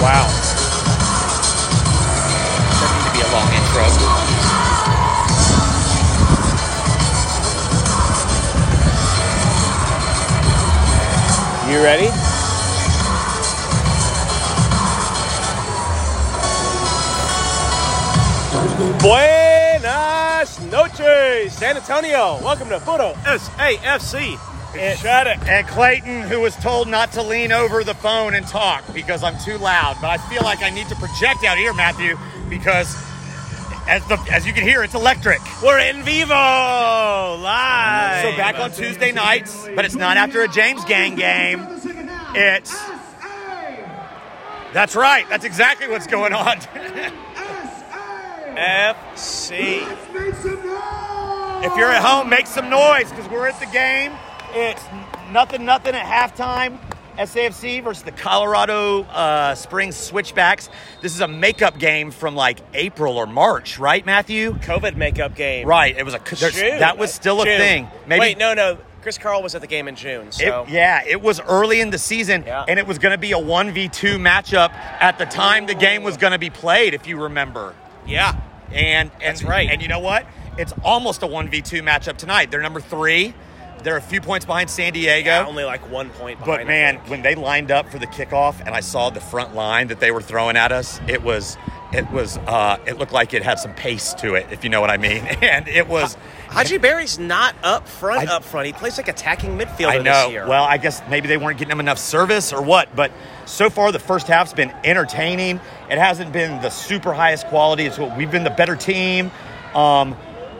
Wow. Doesn't need to be a long intro. You ready? Buenas noches, San Antonio. Welcome to Photo SAFC. And- Shut it. And Clayton, who was told not to lean over the phone and talk because I'm too loud, but I feel like I need to project out here, Matthew, because as the as you can hear, it's electric. We're in vivo Oh, live. So back on Tuesday nights, but it's not after a James Gang game. It's that's right. That's exactly what's going on. FC. if you're at home, make some noise because we're at the game. It's nothing, nothing at halftime. SAFC versus the Colorado uh, Springs Switchbacks. This is a makeup game from like April or March, right, Matthew? COVID makeup game. Right. It was a there's- June. that was still a June. thing. Wait, no, no. Chris Carl was at the game in June. It- So yeah, it was early in the season, Yeah. and it was going to be a one v two matchup at the time the game was going to be played, if you remember. yeah. And, and That's right. And you know what? It's almost a one v two matchup tonight. They're number three. They're a few points behind San Diego. Only like one point. Behind, But I man, think. when they lined up for the kickoff, and I saw the front line that they were throwing at us, it was, it was, uh, it looked like it had some pace to it, if you know what I mean. And it was, Haji Berry's not up front. I- up front, he plays like attacking midfielder I know. this year. Well, I guess maybe they weren't getting them enough service or what. But so far, the first half's been entertaining. It hasn't been the super highest quality. It's what we've been the better team. Um,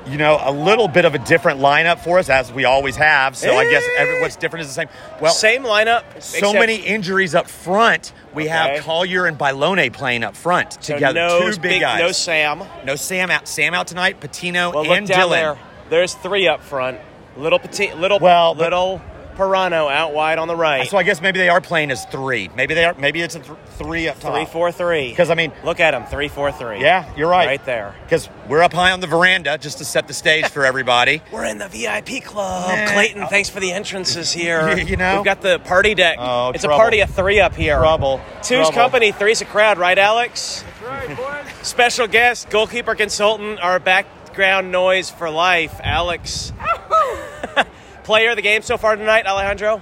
you know, a little bit of a different lineup for us as we always have. So I guess every, what's different is the same. Well, Eh. same lineup. so except- many injuries up front. We Okay. have Collier and Bilone playing up front so together. No, Two it's big, big- guys. No Sam. No Sam out. Sam out tonight. Patino Well, look and down Dylan. there. There's three up front. Little petit, little Well, but- little Pirano out wide on the right. So I guess maybe they are playing as three. Maybe they are. Maybe it's a th- three up top. Three four three. Because I mean, look at him. Three four three. yeah, you're right. Right there. Because we're up high on the veranda just to set the stage for everybody. We're in the VIP club. Nah. Clayton, thanks for the entrances here. You know? we've got the party deck. Oh, it's a trouble. party of three up here. Trouble. Two's Trouble. company, three's a crowd, right, Alex? Special guest, goalkeeper consultant, our background noise for life, Alex. Player of the game so far tonight, Alejandro?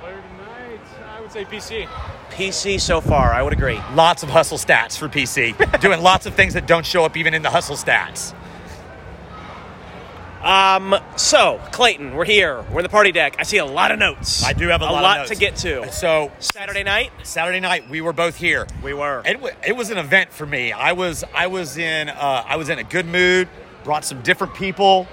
Player tonight, I would say PC. PC so far, I would agree. Lots of hustle stats for PC. Doing lots of things that don't show up even in the hustle stats. Um, so, Clayton, we're here. We're in the party deck. I see a lot of notes. I do have a, a lot, of notes. to get to. So Saturday night, Saturday night we were both here. we were. It, wa- it was an event for me. I was I was in uh, I was in a good mood. Brought some different people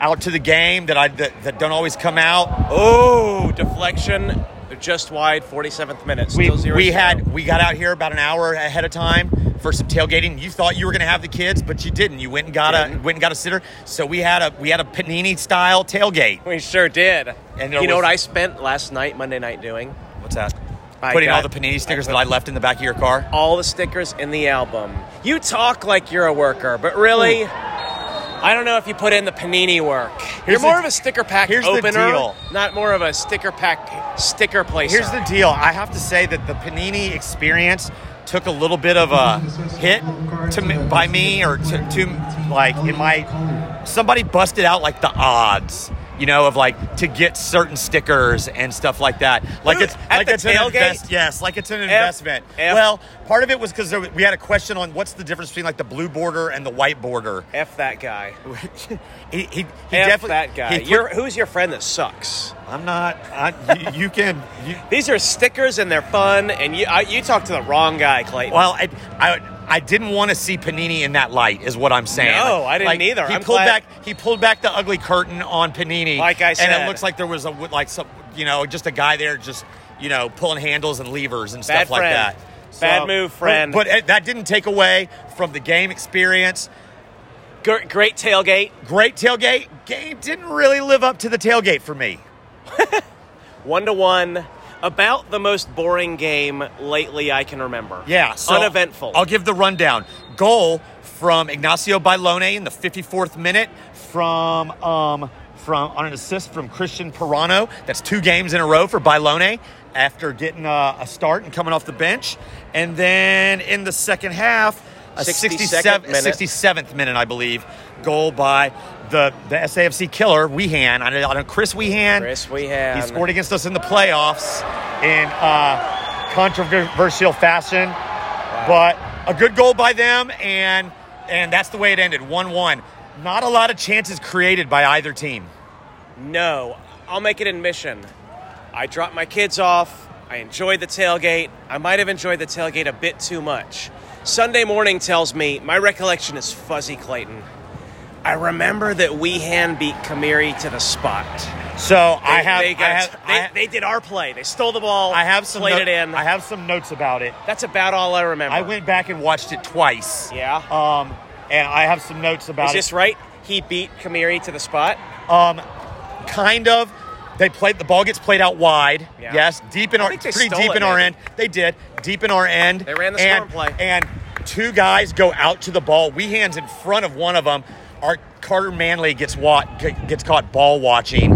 out to the game that I that, that don't always come out. Oh, deflection just wide, 47th minute. We Still zero we zero. had we got out here about an hour ahead of time for some tailgating. You thought you were going to have the kids, but you didn't. You went and got a went and got a sitter. So we had a we had a panini style tailgate. We sure did. And And there you know was- what I spent last night, Monday night, doing? What's that? I Putting all the got- panini stickers I that I left in the back of your car. All the stickers in the album. You talk like you're a worker, but really, I don't know if you put in the panini work. Here's you're more the- of a sticker pack here's the opener, deal. not more of a sticker pack sticker placer. Here's the deal. I have to say that the Panini experience took a little bit of a hit to me, by me or to, to like in my somebody busted out like the odds. You know, of like to get certain stickers and stuff like that. Like Who- it's at like the it's an tailgate? invest- yes, like it's an investment. F- well, part of it was because we had a question on what's the difference between like the blue border and the white border. F that guy. He, he, he F definitely that guy. he put- You're- who's your friend that sucks? I'm not. I, you, you can. You, These are stickers and they're fun, and you I, you talk to the wrong guy, Clayton. Well, I, I, I didn't want to see Panini in that light, is what I'm saying. No, I didn't either. He I'm pulled glad- back. He pulled back the ugly curtain on Panini. Like I and said. it looks like there was a like some, you know, just a guy there, just you know, pulling handles and levers and Bad stuff like friend. that. Bad move, friend. But, but it- that didn't take away from the game experience. Gr- great tailgate. Great tailgate. Game didn't really live up to the tailgate for me. one to one. About the most boring game lately I can remember. Yeah, so uneventful. I'll give the rundown. Goal from Ignacio Bailone in the 54th minute from um, from on an assist from Christian Pirano. That's two games in a row for Bailone after getting a, a start and coming off the bench. And then in the second half, a 62nd 67 minute. 67th minute, I believe, goal by the, the SAFC killer, Weehan. I know, I know Chris Weehan. Chris Weehan. He scored against us in the playoffs in uh, controversial fashion, but a good goal by them, and and that's the way it ended, one-one. Not a lot of chances created by either team. No, I'll make an admission. I dropped my kids off. I enjoyed the tailgate. I might have enjoyed the tailgate a bit too much. Sunday morning tells me my recollection is fuzzy, Clayton. I remember that Weehan beat Kamiri to the spot. So I They- have, they, got- I have, they, I, ha- they did our play. They stole the ball. I have some played no- it in. I have some notes about it. That's about all I remember. I went back and watched it twice. Yeah. Um, and I have some notes about Is it. this right? He beat Kamiri to the spot. Um, kind of. They played the ball gets played out wide. Yeah. Yes, deep in I our think they pretty stole deep it, in our maybe. end. They did deep in our end. They ran the and, scoring play. and two guys go out to the ball. We hands in front of one of them. Our Carter Manley gets wa- g- gets caught ball watching,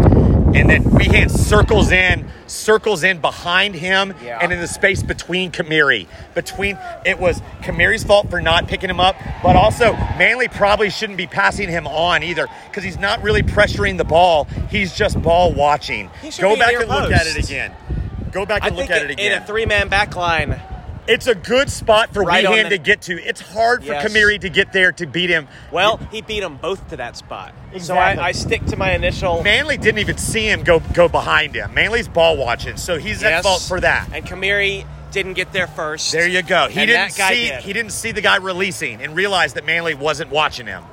and then we hand circles in, circles in behind him, Yeah. and in the space between Kamiri. Between it was Kamiri's fault for not picking him up, but also Manley probably shouldn't be passing him on either because he's not really pressuring the ball. He's just ball watching. He should Go be back near and look at post. it again. Go back I and think look at it in again. a three-man back line. it's a good spot for Right on Weehan the- to get to. It's hard for Yes. Kamiri to get there to beat him. Well, he beat them both to that spot. So Exactly. I, I stick to my initial. Manley didn't even see him go go behind him. Manley's ball watching, so he's at yes. fault for that. And Kamiri didn't get there first. There you go. He And didn't that guy see did. he didn't see the guy releasing and realize that Manley wasn't watching him.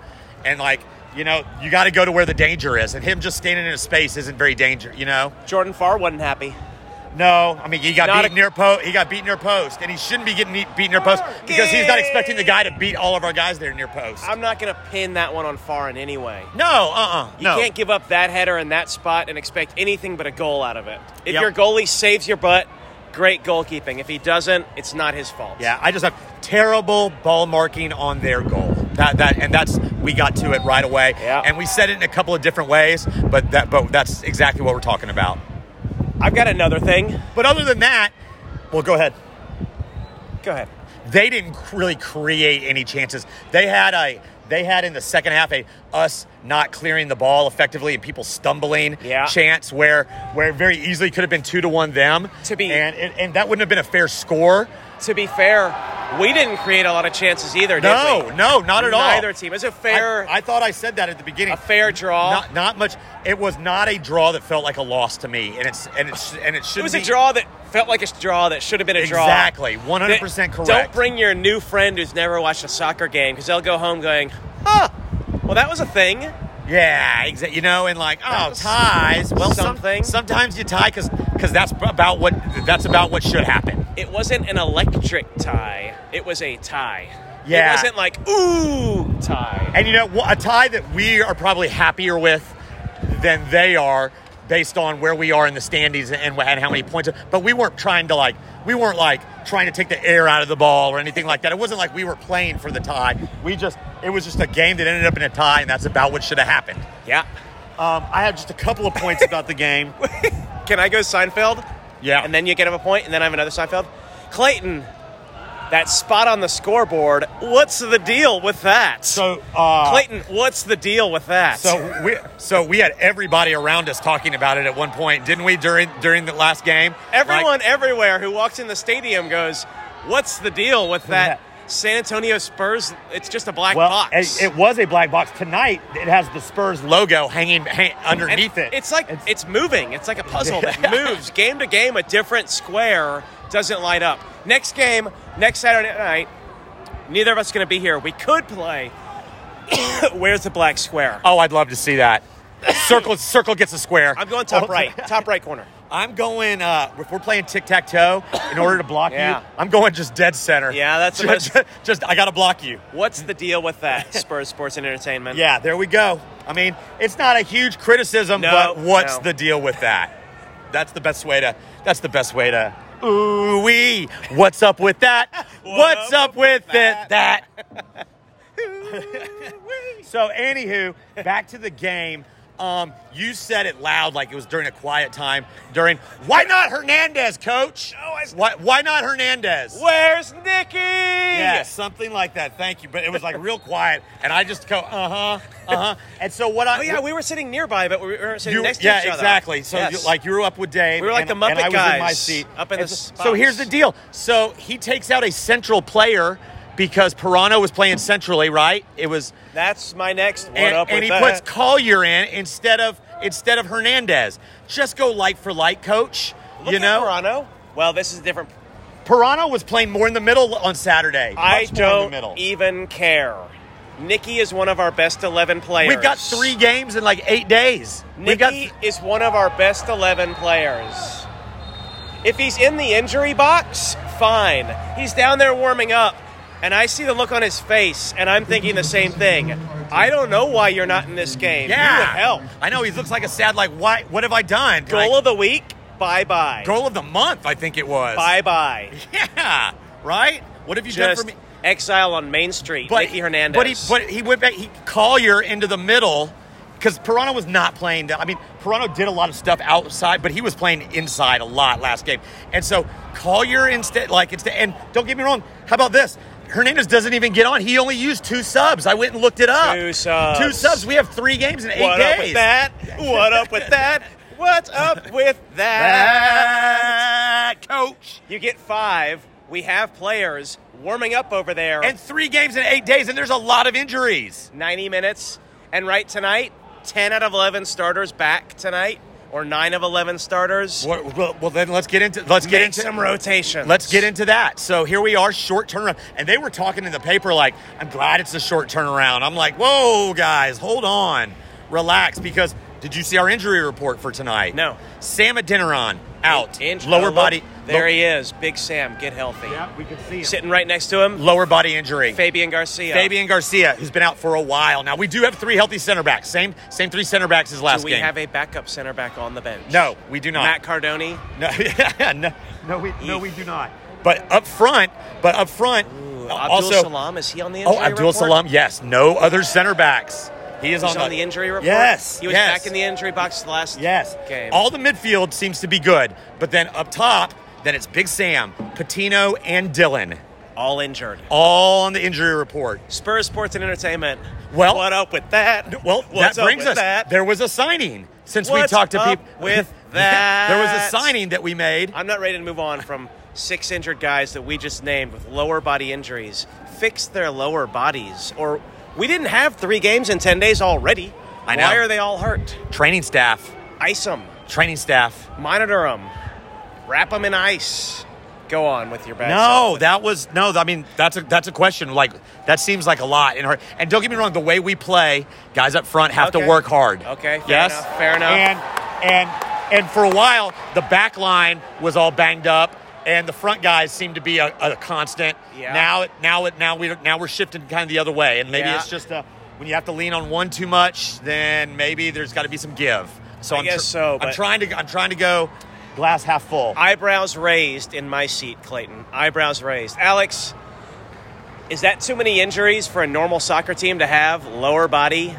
And like, you know, you got to go to where the danger is. And him just standing in a space isn't very danger, you know? Jordan Farr wasn't happy. No, I mean, he got Not beat a- near post. He got beat near post, and he shouldn't be getting beat near post because he's not expecting the guy to beat all of our guys there near post. I'm not going to pin that one on Farr in any way. no, uh, uh You no. can't give up that header in that spot and expect anything but a goal out of it. If Yep. your goalie saves your butt, great goalkeeping. If he doesn't, it's not his fault. Yeah, I just have terrible ball marking on their goal. That that and that's we got to it right away. Yeah. And we said it in a couple of different ways, but that but that's exactly what we're talking about. I've got another thing. But other than that, well, go ahead. Go ahead. They didn't really create any chances. They had a they had in the second half a us not clearing the ball effectively and people stumbling Yeah. chance where where it very easily could have been two to one them To be- and and, and that wouldn't have been a fair score. To be fair, we didn't create a lot of chances either, did No, we? no, not at all. Neither team. It's a fair, I, I thought I said that at the beginning. a fair draw. Not, not much. It was not a draw that felt like a loss to me, and it's and it's and it should. it was a draw that felt like a draw that should have been a draw. Exactly, one That- hundred percent correct. Don't bring your new friend who's never watched a soccer game because they'll go home going, huh, well, that was a thing. Yeah, exactly. You know, and like, oh, was ties. Well, some- something. sometimes you tie because that's about what that's about what should happen. It wasn't an electric tie, it was a tie. Yeah. It wasn't like, ooh, tie. And you know, wh- a tie that we are probably happier with than they are, based on where we are in the standings and, wh- and how many points. But we weren't trying to like, we weren't like trying to take the air out of the ball or anything like that. It wasn't like we were playing for the tie. We just, it was just a game that ended up in a tie, and that's about what should have happened. Yeah. Um, I have just a couple of points about the game. Can I go Seinfeld? Yeah. And then you get him a point, and then I have another Seinfeld. Clayton, that spot on the scoreboard, what's the deal with that? So, uh, Clayton, what's the deal with that? So we so we had everybody around us talking about it at one point, didn't we? During during the last game, Everyone Like, everywhere who walks in the stadium goes, "What's the deal with that Yeah. San Antonio Spurs? It's just a black well, box." It, it was a black box. Tonight, it has the Spurs logo hanging hang, And underneath it. It's like it's, moving. It's like a puzzle that moves game to game. A different square doesn't light up. Next game, next Saturday night. Neither of us going to be here. We could play. Where's the black square? oh, I'd love to see that. Circle circle gets a square. Oh, I'm going top right, top right corner. I'm going. Uh, if we're playing tic tac toe, in order to block Yeah. you, I'm going just dead center. Yeah, that's the just, most- just I gotta block you. What's the deal with that? Spurs Sports and Entertainment. Yeah, there we go. I mean, it's not a huge criticism, No, but what's no. the deal with that? That's the best way to. That's the best way to. Ooh wee! What's up with that? what's up, with it? That. so, anywho, back to the game. Um, you said it loud, like it was during a quiet time. During why not Hernandez, coach? Oh, I- why, why not Hernandez? Where's Nikki? Yeah, something like that. Thank you, but it was like real quiet, and I just go, uh huh, uh huh. And so what I, Oh yeah, we were sitting nearby, but we weren't sitting you, next to yeah, each other. exactly. So Yes. you, like you were up with Dave. We were like and- the Muppet and I was in my guys seat. up in And the so, box. so here's the deal. So he takes out a central player because Pirano was playing centrally, right? It was, that's my next one and, up and with he that. puts Collier in instead of instead of Hernandez. Just go light for light, coach. Look you at know, Toronto. Well, this is different. Pirano was playing more in the middle on Saturday. I Much more in the don't middle. even care. Nikki is one of our best eleven players. We've got three games in like eight days. we Nikki got is one of our best 11 players. If he's in the injury box, fine. He's down there warming up, and I see the look on his face, and I'm thinking the same thing. I don't know why you're not in this game. yeah. You would help. I know he looks like a sad. Like why? What have I done? Goal Like, of the week? Bye bye. goal of the month. I think it was. Bye bye. Yeah. Right. What have you Just done for me? exile on Main Street, Nicky Hernandez. But he, but he went back. He Collier into the middle because Pirano was not playing. down- I mean, Pirano did a lot of stuff outside, but he was playing inside a lot last game. And so Collier instead, like instead, and don't get me wrong. How about this? Hernandez doesn't even get on. He only used two subs. I went and looked it up. Two subs. Two subs. We have three games in eight what days. up with that? What up with that? What's up with That coach. You get five. We have players warming up over there. And three games in eight days, and there's a lot of injuries. 90 minutes. And right tonight, 10 out of 11 starters back tonight, or 9 of 11 starters. What, well, well, then let's get into let's get Make into some rotations. Let's get into that. So here we are, short turnaround, and they were talking in the paper like, "I'm glad it's a short turnaround." I'm like, "Whoa, guys, hold on, relax," because did you see our injury report for tonight? No. Sam Adeniran out, Inch- oh, lower look, body, There lo- he is. Big Sam, get healthy. we can see Sitting right next to him, lower body injury. Fabian Garcia. Fabian Garcia, who's been out for a while now. We do have three healthy center backs. Same, same three center backs as last Do we game. have a backup center back on the bench? no, we do not. Matt Cardoni. No, no, no, we, no, we do not. But up front, but up front, uh, Ooh, Abdul also. Salam, is he on the injury oh, Abdul report? Salam, yes. No other center backs. He is He's on, on the injury report? Yes, He was yes. back in the injury box last Yes. game. All the midfield seems to be good, but then up top, then it's Big Sam, Patino, and Dylan, All injured. all on the injury report. Spurs Sports and Entertainment. Well- what up with that? Well, What's that brings up with us. That? There was a signing since we What's talked to up people with there was a that? signing that we made. I'm not ready to move on from six injured guys that we just named with lower body injuries. Fix their lower bodies, or we didn't have three games in ten days already. I know. Why are they all hurt? Training staff, Ice them, training staff. monitor them, wrap them in ice. Go on with your bad. No, that was no. I mean, that's a that's a question. Like that seems like a lot in her. And don't get me wrong, the way we play, guys up front have to Okay. work hard. Okay, fair yes, enough, fair enough. And and and for a while, the back line was all banged up, and the front guys seemed to be a, a constant. Yeah. Now it now it now we now we're shifting kind of the other way, and maybe Yeah. it's just a, when you have to lean on one too much, then maybe there's got to be some give. So I am guess so, I'm but- trying to I'm trying to go glass half full. Eyebrows raised in my seat, Clayton. Eyebrows raised. Alex, is that too many injuries for a normal soccer team to have? Lower body?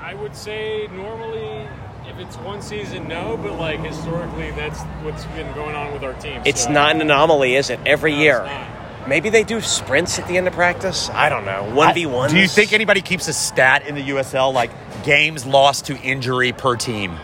I would say normally, if it's one season, no, but like historically, that's what's been going on with our team. It's so- not an anomaly, is it? Every No, it's year. not. Maybe they do sprints at the end of practice. I don't know. 1v1s. Do you think anybody keeps a stat in the USL like games lost to injury per team?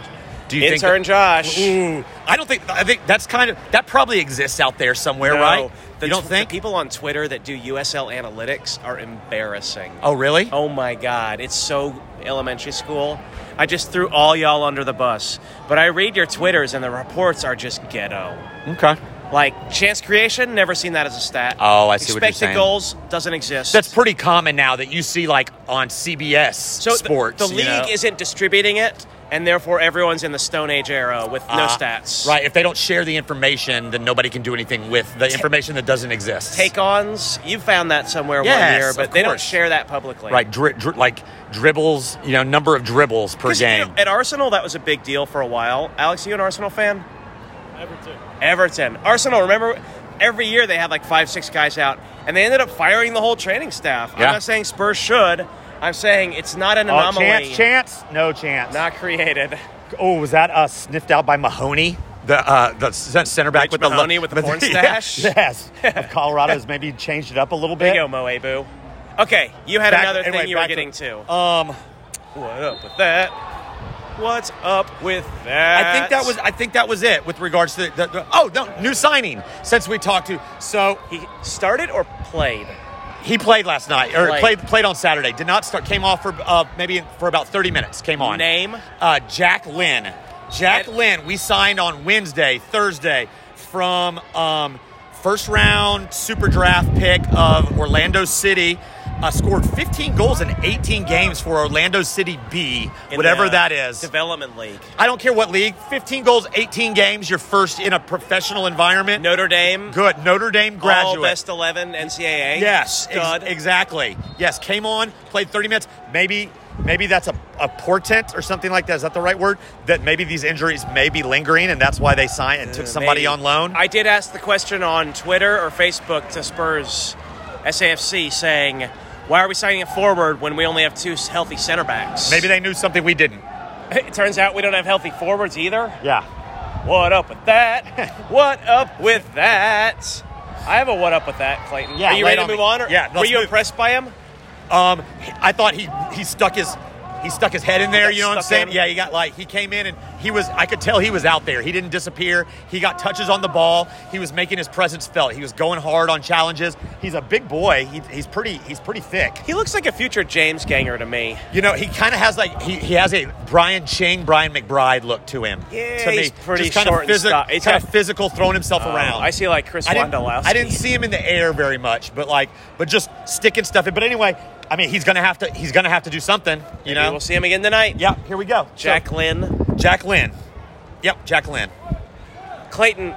Do you think Mm, Intern Josh. Ooh, I don't think I think that's kind of that probably exists out there somewhere, No. right? The you don't tw- think? The people on Twitter that do USL analytics are embarrassing. oh, really? Oh my God, it's so elementary school. I just threw all y'all under the bus. But I read your Twitters and the reports are just ghetto. Okay. Like chance creation, never seen that as a stat. Oh, I see what you're Expected saying. goals doesn't exist. That's pretty common now that you see like on CBS so th- sports. The, you league know? isn't distributing it, and therefore everyone's in the Stone Age era with no Uh, stats. Right. If they don't share the information, then nobody can do anything with the information that doesn't exist. Take-ons, you found that somewhere Yes, one year, of but they don't course. share that publicly. right, dri- dri- like dribbles, you know, number of dribbles per 'Cause, you game. know, at Arsenal, that was a big deal for a while. Alex, you an Arsenal fan? Everton. Everton. Arsenal, remember every year they had like five, six guys out, and they ended up firing the whole training staff. Yeah. I'm not saying Spurs should. I'm saying it's not an Oh, anomaly. chance, chance, no chance. Not created. Oh, was that uh, sniffed out by Mahoney, the uh, the c- center back Rich with the Mahoney with the porn yeah, stash? Yes, of Colorado's maybe changed it up a little bit. Big O Moe Boo. Okay, you had Back- another thing anyway, you were back getting to. Um, What up with that? What's up with that? I think that was I think that was it with regards to the, the, the oh no new signing since we talked to so He started or played? he played last night or Played. played played, on Saturday did not start came off for uh, maybe for about thirty minutes came on Name? uh, Jack Lynn Jack And- Lynn we signed on Wednesday Thursday from um, first round super draft pick of Orlando City. Uh, scored 15 goals in 18 games for Orlando City B, in whatever the that is. Development League. I don't care what league. 15 goals, 18 games. Your first in a professional environment. Notre Dame. Good Notre Dame graduate. All best 11 NCAA. Yes, ex- Stud. exactly. Yes, came on, played 30 minutes. Maybe, maybe that's a, a portent or something like that. Is that the right word? That maybe these injuries may be lingering, and that's why they signed and took somebody Uh, Maybe. on loan. I did ask the question on Twitter or Facebook to Spurs SAFC saying, why are we signing a forward when we only have two healthy center backs? maybe they knew something we didn't. It turns out we don't have healthy forwards either. Yeah. What up with that? what up with that? I have a what up with that, Clayton. Yeah, Are you lay ready it to on me. move on? Or Yeah, Were let's you move. impressed by him? Um, I thought he he stuck his he stuck his head in there. Got You know what I'm stuck saying? in. Yeah, he got like he came in and he was. I could tell he was out there. He didn't disappear. He got touches on the ball. He was making his presence felt. He was going hard on challenges. He's a big boy. He, he's pretty. He's pretty thick. He looks like a future James Ganger to me. You know, he kind of has like he, he has a Brian Ching, Brian McBride look to him. Yeah, to he's pretty Just kinda short and stout. He's kind got- of physical, throwing himself Oh, around. I see like Chris I didn't, Wondolowski. I didn't see him in the air very much, but like, but just sticking stuff in. But anyway, I mean, he's gonna have to. He's gonna have to do something. You know. We'll see him again tonight. Yep. Here we go. Jack Lynn. So, Jack Lynn. Yep. Jack Lynn. Clayton,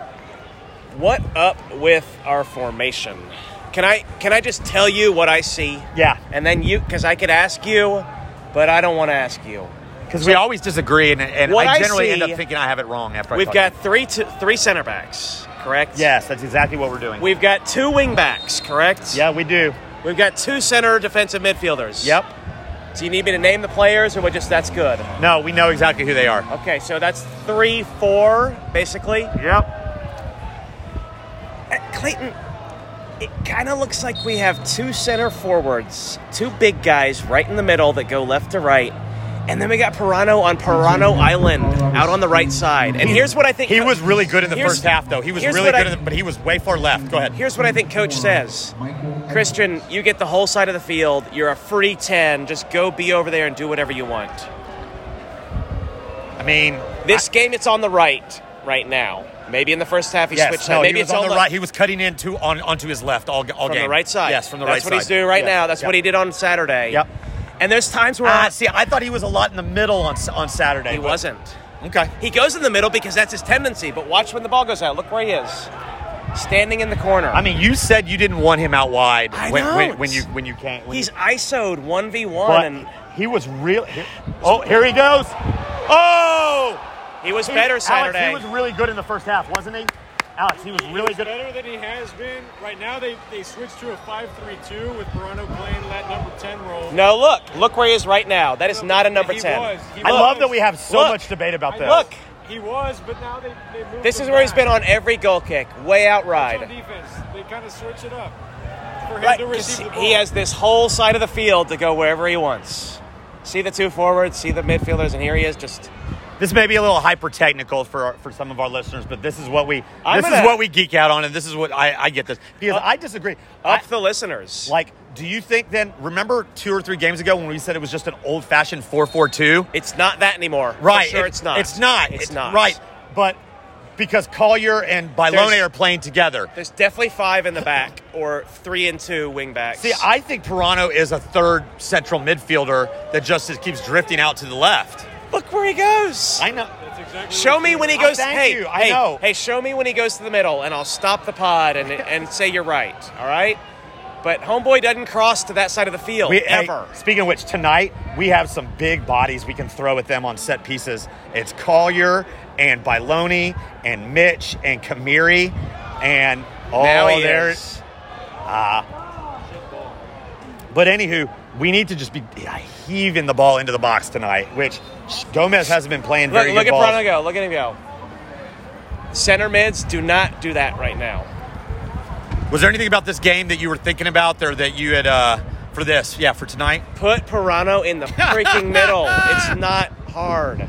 what up with our formation? Can I can I just tell you what I see? Yeah. And then you cuz I could ask you, but I don't want to ask you. Because we always disagree, and, and What I I generally end see- up thinking I have it wrong after. I We've talk got to three t- three center backs, correct? you. Yes, that's exactly what we're doing. We've got two wing backs, correct? yeah, we do. We've got two center defensive midfielders. Yep. Do you need me to name the players or we just that's good? No, we know exactly who they are. Okay, so that's 3 4 basically. Yep. Uh, Clayton, it kind of looks like we have two center forwards, two big guys right in the middle that go left to right. And then we got Pirano on Pirano Island out on the right side. And here's what I think He was really good in the Here's- first half, though. He was here's really what good, I- in the, but he was way far left. Go ahead. Here's what I think coach says. Christian, you get the whole side of the field. You're a free 10. Just go be over there and do whatever you want. I mean, This game, it's on the right right now. Maybe in the first half he yes, switched. no, that. he Maybe was it's on the le- right. He was cutting into on onto his left all, all from game. the right side. Yes, from the That's right side. what he's doing right Yeah. now. That's Yeah. what he did on Saturday. Yep. And there's times where Ah, see, I thought he was a lot in the middle on S- on Saturday. he but- wasn't. Okay. He goes in the middle because that's his tendency. But watch when the ball goes out. Look where he is, standing in the corner. I mean, you said you didn't want him out wide I when, don't. when, when you when you can't. When he's you, ISO'd one v one, but and he was real. he- Oh, here he goes. Oh, he was He- better Saturday. Alex, he was really good in the first half, wasn't he? Alex, he was really He's good. better than he has been. Right now, they, they switched to a 5-3-2 with Verano playing that number 10 role. no, look, look where he is right now. That is not a number He ten. was. He I was. love that we have so Look. much debate about I this. know. Look. He was, but now they, they moved This him is where he's back. been on every goal kick, way out It's on ride. defense. They kind of switch it up for him Right, to 'cause receive the ball. he has this whole side of the field to go wherever he wants. See the two forwards, see the midfielders, and here he is just This may be a little hyper technical for our, for some of our listeners, but this is what we I'm this gonna- Uh, is what we geek out on, and this is what I, I get this because I disagree. I- up the listeners. like, do you think then? Remember two or three games ago when we said it was just an old fashioned four four two? It's not that anymore. For Right. sure it- it's not. It's not. It's not. Right. But because Collier and Bailone There's- are playing together. There's definitely five in the back or three and two wing backs. See, I think Pirano is a third central midfielder that just is- keeps drifting out to the left. look where he goes. I know. That's exactly show what me he when he I goes. thank hey, you. I hey, know. hey, show me when he goes to the middle, and I'll stop the pod and and say you're right. All right. But homeboy doesn't cross to that side of the field We, hey, ever. speaking of which, tonight we have some big bodies we can throw at them on set pieces. It's Collier and Bailone and Mitch and Kamiri and oh, now he there. is. But anywho, we need to just be heaving the ball into the box tonight, which Gomez hasn't been playing Look, very look good at balls. Bruno go. Look at him go. Center mids do not do that right now. Was there anything about this game that you were thinking about there that you had uh, for this? Yeah, for tonight. Put Pirano in the freaking middle. It's not hard.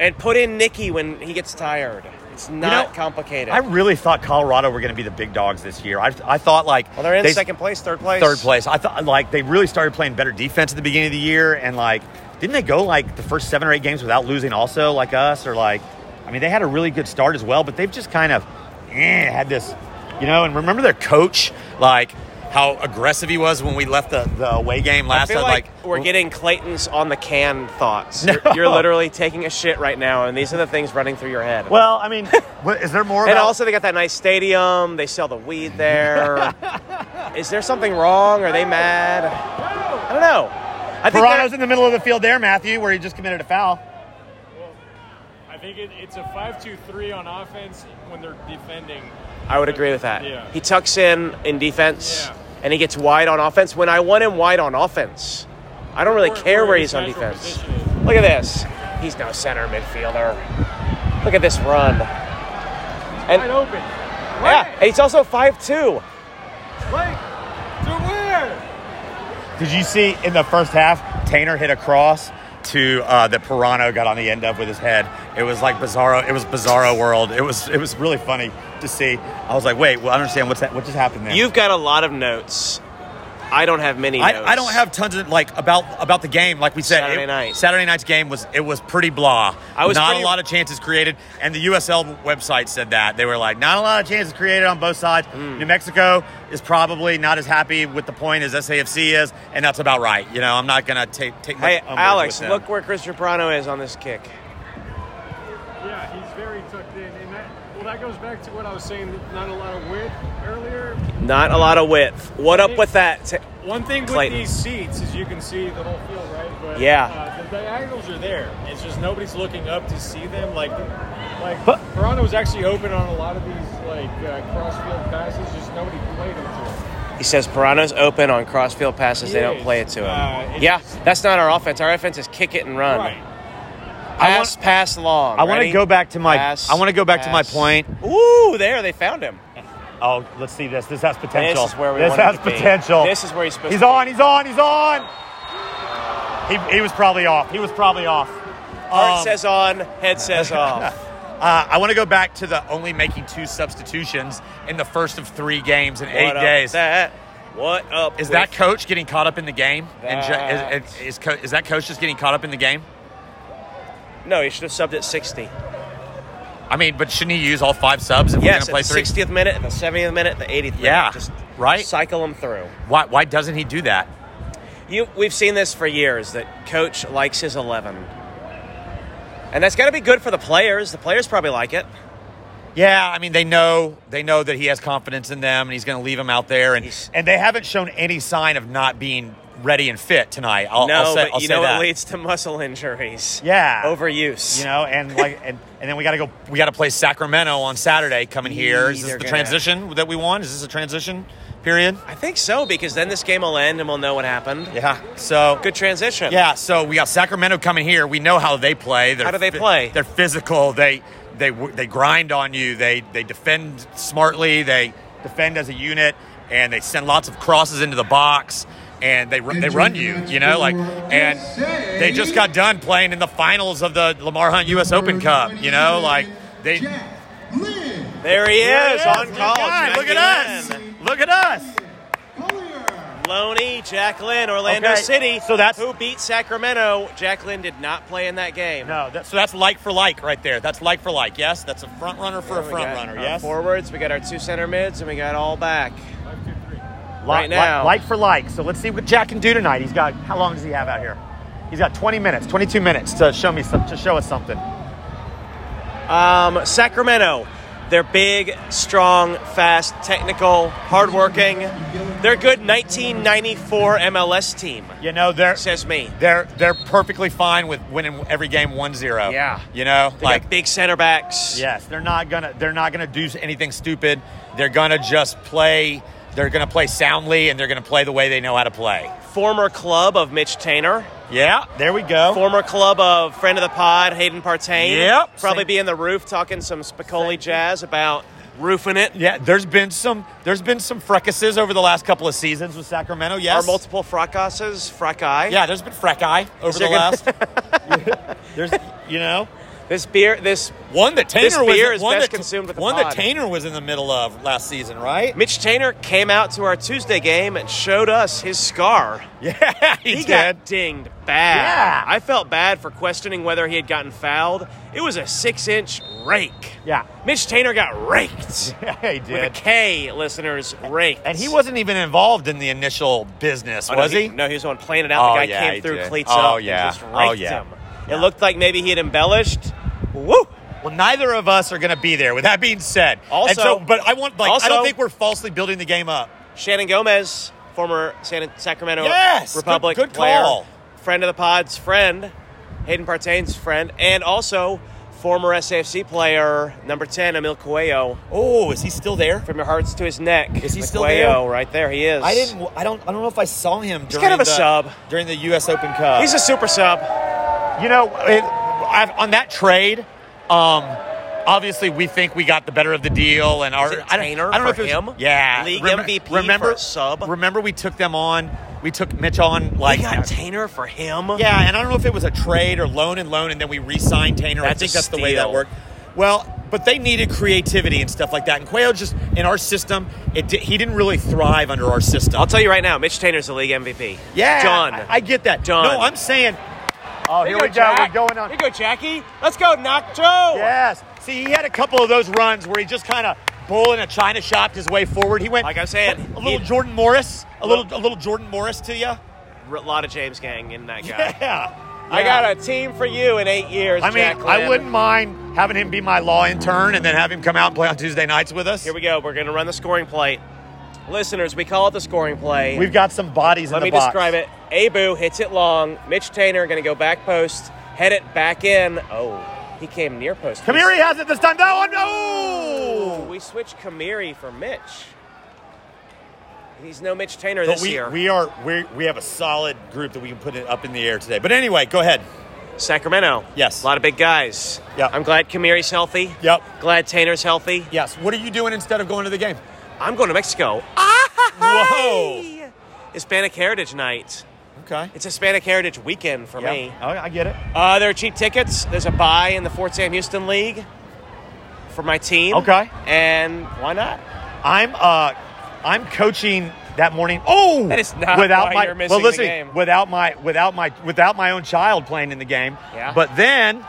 And put in Nicky when he gets tired. It's not know, complicated. I really thought Colorado were going to be the big dogs this year. I, I thought like well, they're in they- second place, third place. third place. I thought like they really started playing better defense at the beginning of the year, and like didn't they go like the first seven or eight games without losing? Also, like us, or like I mean, they had a really good start as well, but they've just kind of eh, had this, you know. And remember their coach, like how aggressive he was when we left the, the away game I last feel time. like, we're getting Clayton's on the can thoughts. You're, you're literally taking a shit right now, and these are the things running through your head. well, I mean, what- is there more? and about- also, they got that nice stadium. They sell the weed there. Is there something wrong? Are they mad? I don't know. I think Toronto's they're- in the middle of the field there, Matthew, where he just committed a foul. I think it, it's a 5-2-3 on offense when they're defending. I would agree with that. Yeah. He tucks in in defense, Yeah. and he gets wide on offense. When I want him wide on offense, I don't really Or- care or where his he's on natural defense. position is. Look at this. He's now center midfielder. Look at this run. And Wide open. yeah, and he's also 5'2". Blake, to where? Did you see in the first half, Tanner hit a cross to uh, that Pirano got on the end of with his head. It was like bizarro. It was bizarro world. It was it was really funny to see. I was like, wait, well, I don't understand what's that? What just happened there? You've got a lot of notes. I don't have many notes. I, I don't have tons of like about about the game. Like we said, Saturday it- night. Saturday night's game was it was pretty blah. I was not pretty- a lot of chances created, and the USL website said that they were like not a lot of chances created on both sides. Mm. New Mexico is probably not as happy with the point as SAFC is, and that's about right. You know, I'm not gonna take take. much Hey, umbrage Alex, with them. look where Chris Brano is on this kick. Yeah, he's very tucked in. And that, well, that goes back to what I was saying, not a lot of width earlier. Not a lot of width. What up with that? T- One thing Clayton. with these seats is you can see the whole field, right? But, Yeah. Uh, the diagonals are there. It's just nobody's looking up to see them. Like, like But- Toronto was actually open on a lot of these like uh, crossfield passes. Just nobody played them to him. He says Pirano's open on crossfield passes. They don't Yes. play it to him. Uh, it's- yeah, that's not our offense. Our offense is kick it and run. Pass, pass long. I want to Ready? go back to my. Pass, I want to go back to my pass. point. Ooh, there they found him. Oh, let's see this. This has potential. This is where we This want him has to be. potential. This is where he's supposed He's to be. on. He's on. He's on. He, he was probably off. He was probably off. Heart Um, says on, head says off. Uh, I want to go back to the only making two substitutions in the first of three games in eight what up days. with that? What up? Is with- that coach getting caught up in the game? And That- ju- is, is, co- is that coach just getting caught up in the game? No, he should have subbed at 60. I mean, but shouldn't he use all five subs Yes, if we're at the going to play three? 60th minute, the 70th minute, the 80th minute. Yeah, Just right? cycle them through. Why, why doesn't he do that? You, we've seen this for years that coach likes his 11. And that's got to be good for the players. The players probably like it. Yeah, I mean they know they know that he has confidence in them, and he's going to leave them out there, and He's- and they haven't shown any sign of not being ready and fit tonight. I'll, no, I'll say, but I'll you say know that. it leads to muscle injuries. Yeah. Overuse. You know, and like and, and then we got to go. We got to play Sacramento on Saturday coming here. Is this They're the gonna- transition that we want? Is this a transition period? I think so because then this game will end and we'll know what happened. Yeah. So Good transition. Yeah, so we got Sacramento coming here. We know how they play. They're How do they phy- play? They're physical. They they they grind on you. They they defend smartly. They defend as a unit, and they send lots of crosses into the box. And they run- they run you, you know, like, and they just got done playing in the finals of the Lamar Hunt U.S. Open Cup, you know, like they. There he There is, it is. on Good call. guy. Jack Look at us! Lynn. Look at us! Loney, Jacqueline, Orlando Okay, City. so that's- who beat Sacramento. Jacqueline did not play in that game. No, that, so that's like for like right there. That's like for like. Yes, that's a front runner for a We front got runner. our Yes, Forwards, we got our two center mids, and we got all back. Li- right li- now. Like for like. So let's see what Jack can do tonight. He's got how long does he have out here? He's got 20 minutes, 22 minutes to show me some, to show us something. Um, Sacramento, they're big, strong, fast, technical, hardworking. They're a good 1994 MLS team, You know they're says me. they're they're perfectly fine with winning every game 1-0. Yeah. You know, They like got big center backs. yes, they're not gonna they're not gonna do anything stupid. They're gonna just play They're going to play soundly and they're going to play the way they know how to play. Former club of Mitch Tainer. Yeah, there we go. Former club of friend of the pod, Hayden Partain. Yep. Probably Same- be in the roof talking some Spicoli jazz about roofing it. yeah, there's been some there's been some frecuses over the last couple of seasons with Sacramento. Our Yes. multiple fracasses, fracai. yeah, there's been frecki over the there last. there's you know This beer, this one that Tainer This was beer is one best that, consumed with the one pod. that Tainer was in the middle of last season, right? Mitch Tainer came out to our Tuesday game and showed us his scar. Yeah, he, He did. got dinged bad. Yeah. I felt bad for questioning whether he had gotten fouled. It was a six-inch rake. Yeah. Mitch Tainer got raked. Yeah, he With a did. K, listeners, raked. And he wasn't even involved in the initial business, Oh, was no, he? No, he was the one playing it out. Oh, the guy yeah, came he through, did. cleats Oh, up, yeah. and just raked Oh, yeah. him. Yeah. It looked like maybe he had embellished. Woo! Well, neither of us are going to be there. With that being said, And Also- so- but I want like I also- don't think we're falsely building the game up. Shannon Gomez, former San Sacramento Yes, Republic good- good player, call. friend of the pod's friend, Hayden Partain's friend, and also former SAFC player number ten, Emil Cuello, Oh, is he still there? from your hearts to his neck. Is he still Cuello, right there, he is. I didn't. I don't. I don't know if I saw him. During kind of a the- sub. during the U.S. Open Cup. He's a super sub. you know, it, I've, on that trade, um, obviously we think we got the better of the deal, and our Is it I don't, Tanner I don't know for if it him? was- Yeah, League Remem- MVP for Remember a sub? Remember we took them on. We took Mitch on I like. got Tainer for him. yeah, and I don't know if it was a trade or loan and loan, and then we re-signed Tanner. I That's think a that's the way steal. that worked. Well, but they needed creativity and stuff like that, and Quayle just in our system, it di- he didn't really thrive under our system. I'll tell you right now, Mitch Tainer's the league MVP. Yeah, John. I, I get that. John. No, I'm saying. Oh, Here we go. We're going on. Here you go, Jackie. Let's go, Nacho. Yes. See, he had a couple of those runs where he just kind of bull in a china shopped his way forward. He went Like I'm saying, a little he- Jordan Morris, a Well- little a little Jordan Morris to you. A lot of James Gang in that guy. Yeah. I got a team for you in eight years. I mean, Jack I Lynn. wouldn't mind having him be my law intern and then have him come out and play on Tuesday nights with us. Here we go. We're going to run the scoring plate. Listeners, we call it the scoring play. We've got some bodies Let in the me box. describe it. Abu hits it long. Mitch Tainer going to go back post, head it back in. Oh, he came near post. Come here, he has it this time. That one. Ooh, No. we switched Kamiri for Mitch. He's no Mitch Tainer But this we, year. we are we we have a solid group that we can put it up in the air today. But anyway, go ahead. Sacramento. A Yes. lot of big guys. Yeah. I'm glad Kamiri's healthy. Yep. Glad Tainer's healthy. Yes. What are you doing instead of going to the game? I'm going to Mexico. Ah, Whoa. Hispanic Heritage Night. Okay. It's Hispanic Heritage Weekend for me. Yeah. Oh, I I get it. Uh, there are cheap tickets. There's a buy in the Fort Sam Houston League for my Oh. team. Okay. And why not? I'm uh, I'm coaching that morning. Oh, That is not without why my you're well, missing the listen, game. without my without my without my own child playing in the game. Yeah. But then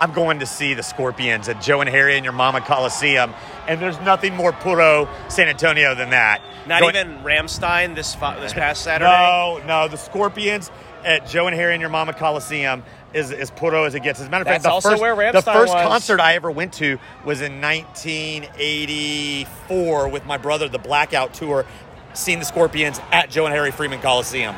I'm going to see the Scorpions at Joe and Harry and your mama Coliseum, and there's nothing more puro San Antonio than that. Not Go- even Ramstein this fo- this past Saturday. No, no, the Scorpions at Joe and Harry and your mama Coliseum. Is, is puro as it gets. As a matter of fact, That's the also first, where the Rammstein first was. concert I ever went to was in 1984 with my brother, the Blackout Tour, seeing the Scorpions at Joe and Harry Freeman Coliseum.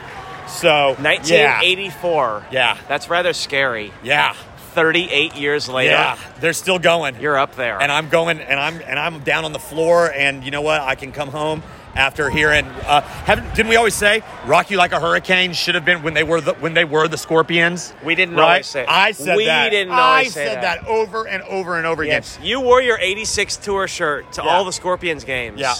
So, 1984. Yeah. That's rather scary. yeah, 38 years yeah, later, yeah, they're still going. you're up there. and I'm going, and I'm and I'm down on the floor, and you know what? I can come home after hearing. Uh, haven't, didn't we always say "Rock You Like a Hurricane" should have been when they were the, when they were the Scorpions? We didn't right? always say it. I said We that. didn't I always say said that. that. over and over and over again. yes. You wore your 86 tour shirt to Yeah. all the Scorpions games. Yeah.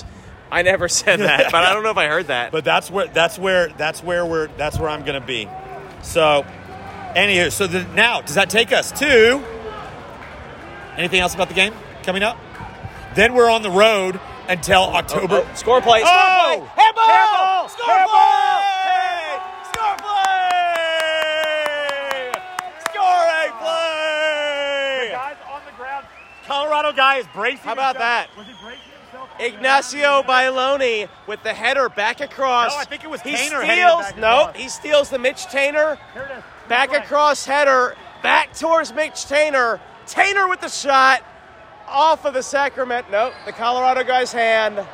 I never said that, but I don't know if I heard that. But that's where that's where that's where we're that's where I'm gonna be. So, anywho, so the, now does that take us to anything else about the game coming up? Then we're on the road until October. Oh, score play. Score Oh! play. Handball. Handball! Score Handball! play. Score play. Score a play. Guys on the ground. Colorado guy is bracing. How about himself- that? Was he bracing himself? Ignacio Bailoni with the header back across. No, I think it was he Tainer heading it steals. back no, across. he steals the Mitch Tainer Here it is. back Right. across header back towards Mitch Tainer. Tainer with the shot off of the Sacramento. Nope, the Colorado guy's hand.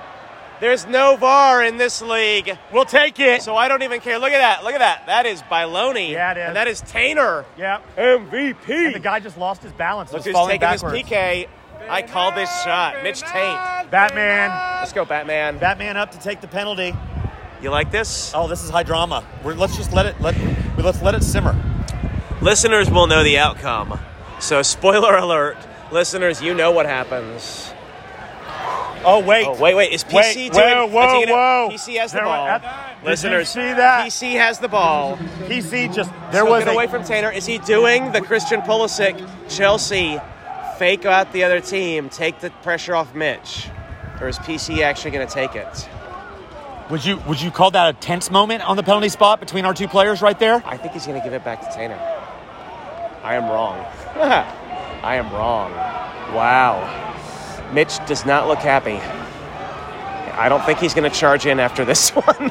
There's no VAR in this league. We'll take it. So I don't even care. Look at that. Look at that. That is Biloni. Yeah, it is. And that is Tainer. yeah. MVP. And the guy just lost his balance. and Look was who's taking falling backwards. this PK. I called this shot. Mitch Taint. Batman. Let's go, Batman. Batman up to take the penalty. You like this? Oh, this is high drama. We're, let's just let it let let's let it simmer. Listeners will know the outcome. So, spoiler alert. Listeners, you know what happens. Oh wait. Oh, wait, wait. Is PC Wait, doing? whoa, is he whoa, gonna- whoa. PC has the There ball. wa- that- did you Listeners, see that? PC has the ball. PC just there Took was it a, away from Tanner. Is he doing the Christian Pulisic Chelsea fake out the other team, take the pressure off Mitch, or is PC actually going to take it? Would you would you call that a tense moment on the penalty spot between our two players right there? I think he's going to give it back to Tanner. I am wrong. I am wrong. Wow. Mitch does not look happy. I don't think he's going to charge in after this one.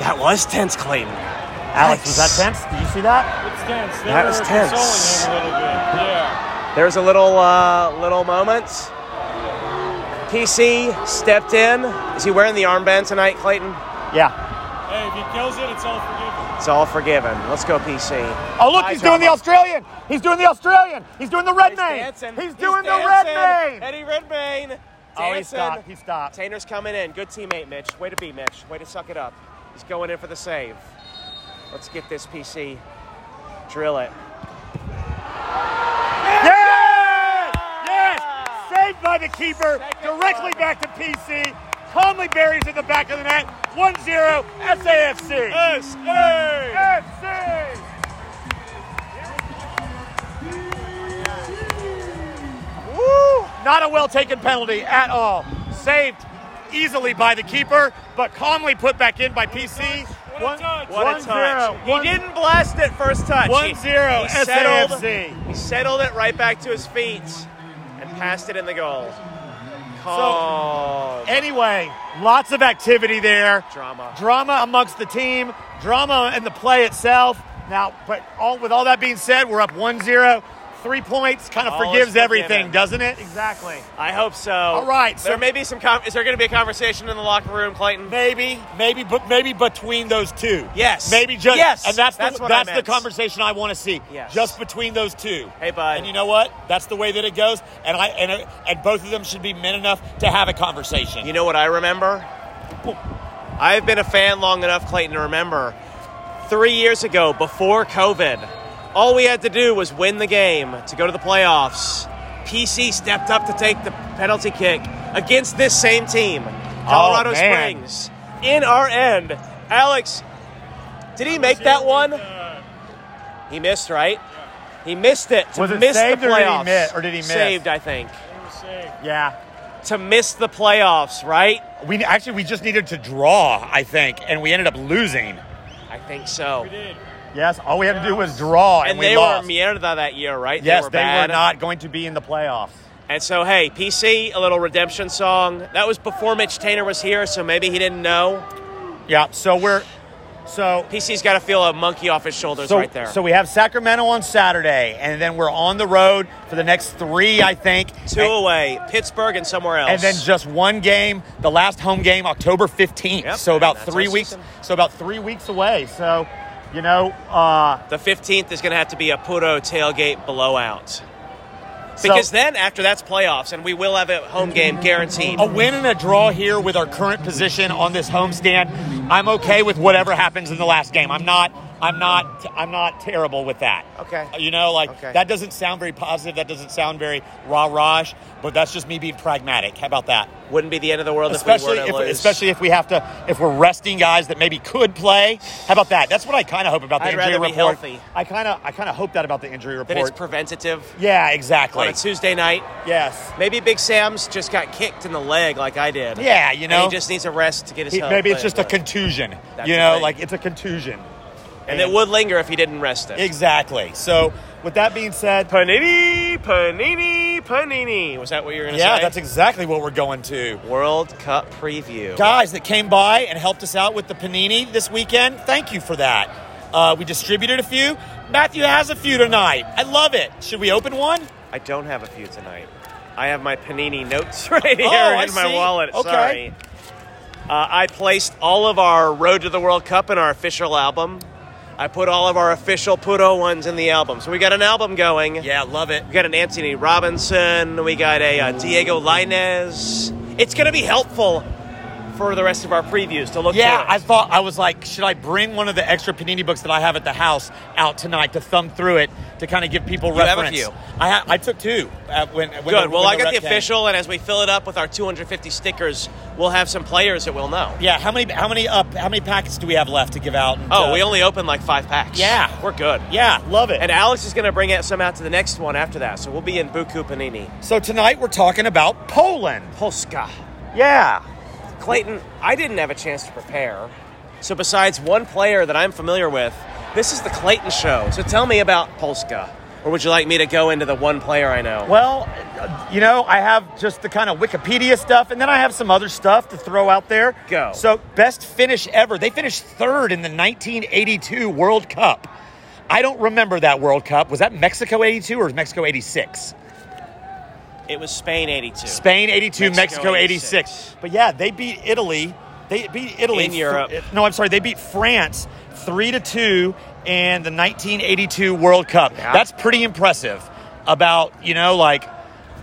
that was tense, Clayton. Alex, was that tense? Did you see that? It's tense. They That were was tense. Consoling him a little bit. Yeah. There's a little uh, little moment. PC stepped in. Is he wearing the armband tonight, Clayton? Yeah. Hey, if he kills it, it's all forgiven. It's all forgiven. Let's go, PC. Oh look, High he's doing the drama. Australian. He's doing the Australian. He's doing the red mane. He's doing the red mane. Eddie Redmayne. Oh, he Dancing. stopped. He stopped. Tainer's coming in. Good teammate, Mitch. Way to be, Mitch. Way to suck it up. He's going in for the save. Let's get this PC. Drill it. Yes! Yes! Saved by the keeper. Directly back to PC. Calmly buries in the back of the net. 1-0 SAFC. SAFC! Woo! Not a well taken penalty at all. Saved easily by the keeper, but calmly put back in by PC. What a touch. What a touch. he didn't blast it first touch. He- 1-0 he settled- SAFC. He settled it right back to his feet and passed it in the goal. Calm. Anyway, lots of activity there. Drama. Drama amongst the team, drama in the play itself. Now, but all with all that being said, we're up 1-0. Three points kind of All is forgives everything, forgiven. doesn't it? Exactly. I hope so. All right, so- there may be some. Com- is there going to be a conversation in the locker room, Clayton? Maybe, maybe, but maybe between those two. Yes. Maybe just Yes. and that's That's the, what that's I the meant. conversation I want to see. Yes. Just between those two. Hey, bud. And you know what? That's the way that it goes. And I and and both of them should be men enough to have a conversation. You know what I remember? I've been a fan long enough, Clayton, to remember three years ago, before COVID, all we had to do was win the game to go to the playoffs. PC stepped up to take the penalty kick against this same team, Colorado Oh, man. Springs, in our end. Alex, did he make that one? He missed, right? He missed it. to Was it miss saved the or did he playoffs. mi- or did he miss? Saved, I think. They were safe. yeah. To miss the playoffs, right? We actually we just needed to draw, I think, and we ended up losing. I think so. We did. Yes, all we had to do was draw, and, And we they lost. were mierda that year, right? yes, they bad. were not going to be in the playoffs. And so, hey, PC, a little redemption song. That was before Mitch Tainer was here, so maybe he didn't know. Yeah, so we're so PC's got to feel a monkey off his shoulders so, right there. so we have Sacramento on Saturday, and then we're on the road for the next three, I think. two and, away, Pittsburgh and somewhere else. and then just one game, the last home game, October fifteenth. Yep, so and about that's our three weeks. season. So about three weeks away. So, you know, uh, the fifteenth is going to have to be a puro tailgate blowout. so- Because then after that's playoffs, and we will have a home game guaranteed. a win and a draw here with our current position on this homestand. I'm okay with whatever happens in the last game. I'm not. I'm not. I'm not terrible with that. Uh, Okay. You know, like Okay. that doesn't sound very positive. That doesn't sound very rah rahsh. But that's just me being pragmatic. How about that? Wouldn't be the end of the world Especially if we if, were to lose. especially if we have to, if we're resting guys that maybe could play. How about that? That's what I kind of hope about the I'd injury rather be report. healthy. I kind of, I kind of hope that about the injury then it's report. preventative yeah, on exactly. a Tuesday night. Yes. Maybe Big Sam's just got kicked in the leg like I did. Yeah, you know. And he just needs a rest to get his He- health. maybe it's But- just a contusion. That's You the know, thing. like it's a contusion. and it would linger if he didn't rest it. Exactly. So, with that being said, Panini, panini, panini. Was that what you were going to yeah, say? that's exactly what we're going to. World Cup preview. Guys that came by and helped us out with the panini this weekend, thank you for that. Uh, we distributed a few. Matthew has a few tonight. I love it. Should we open one? I don't have a few tonight. I have my panini notes right here Oh, I in my see. wallet. Okay. Sorry. Uh, I placed all of our Road to the World Cup in our official album. I put all of our official Puto ones in the album. So we got an album going. Yeah, love it. We got an Anthony Robinson. We got a uh, Diego Linez. It's going to be helpful for the rest of our previews to look. Yeah, for it. I thought I was like, should I bring one of the extra panini books that I have at the house out tonight to thumb through it to kind of give people have a reference? few. I ha- I took two. Uh, when, when Good. The, Well, when I got rep the came. official, and as we fill it up with our 250 stickers, we'll have some players that we'll know. Yeah, how many how many up how many packets do we have left to give out? And, Oh, uh, we only opened like five packs. Yeah. We're good. Yeah, love it. And Alex is going to bring out some out to the next one after that. So we'll be in Buku Panini. so tonight we're talking about Poland. Polska. Yeah. Clayton, I didn't have a chance to prepare. So besides one player that I'm familiar with, this is the Clayton show. So tell me about Polska. Or would you like me to go into the one player I know? Well, uh, you know, I have just the kind of Wikipedia stuff, and then I have some other stuff to throw out there. Go. So, best finish ever. They finished third in the 1982 World Cup. I don't remember that World Cup. Was that Mexico 82 or Mexico 86? It was Spain 82. Spain 82, Mexico Mexico, 86. 86. But yeah, they beat Italy. They beat Italy eh, In Europe. no, I'm sorry. They beat France 3 to 2 in the 1982 World Cup. Yeah. That's pretty impressive about, you know, like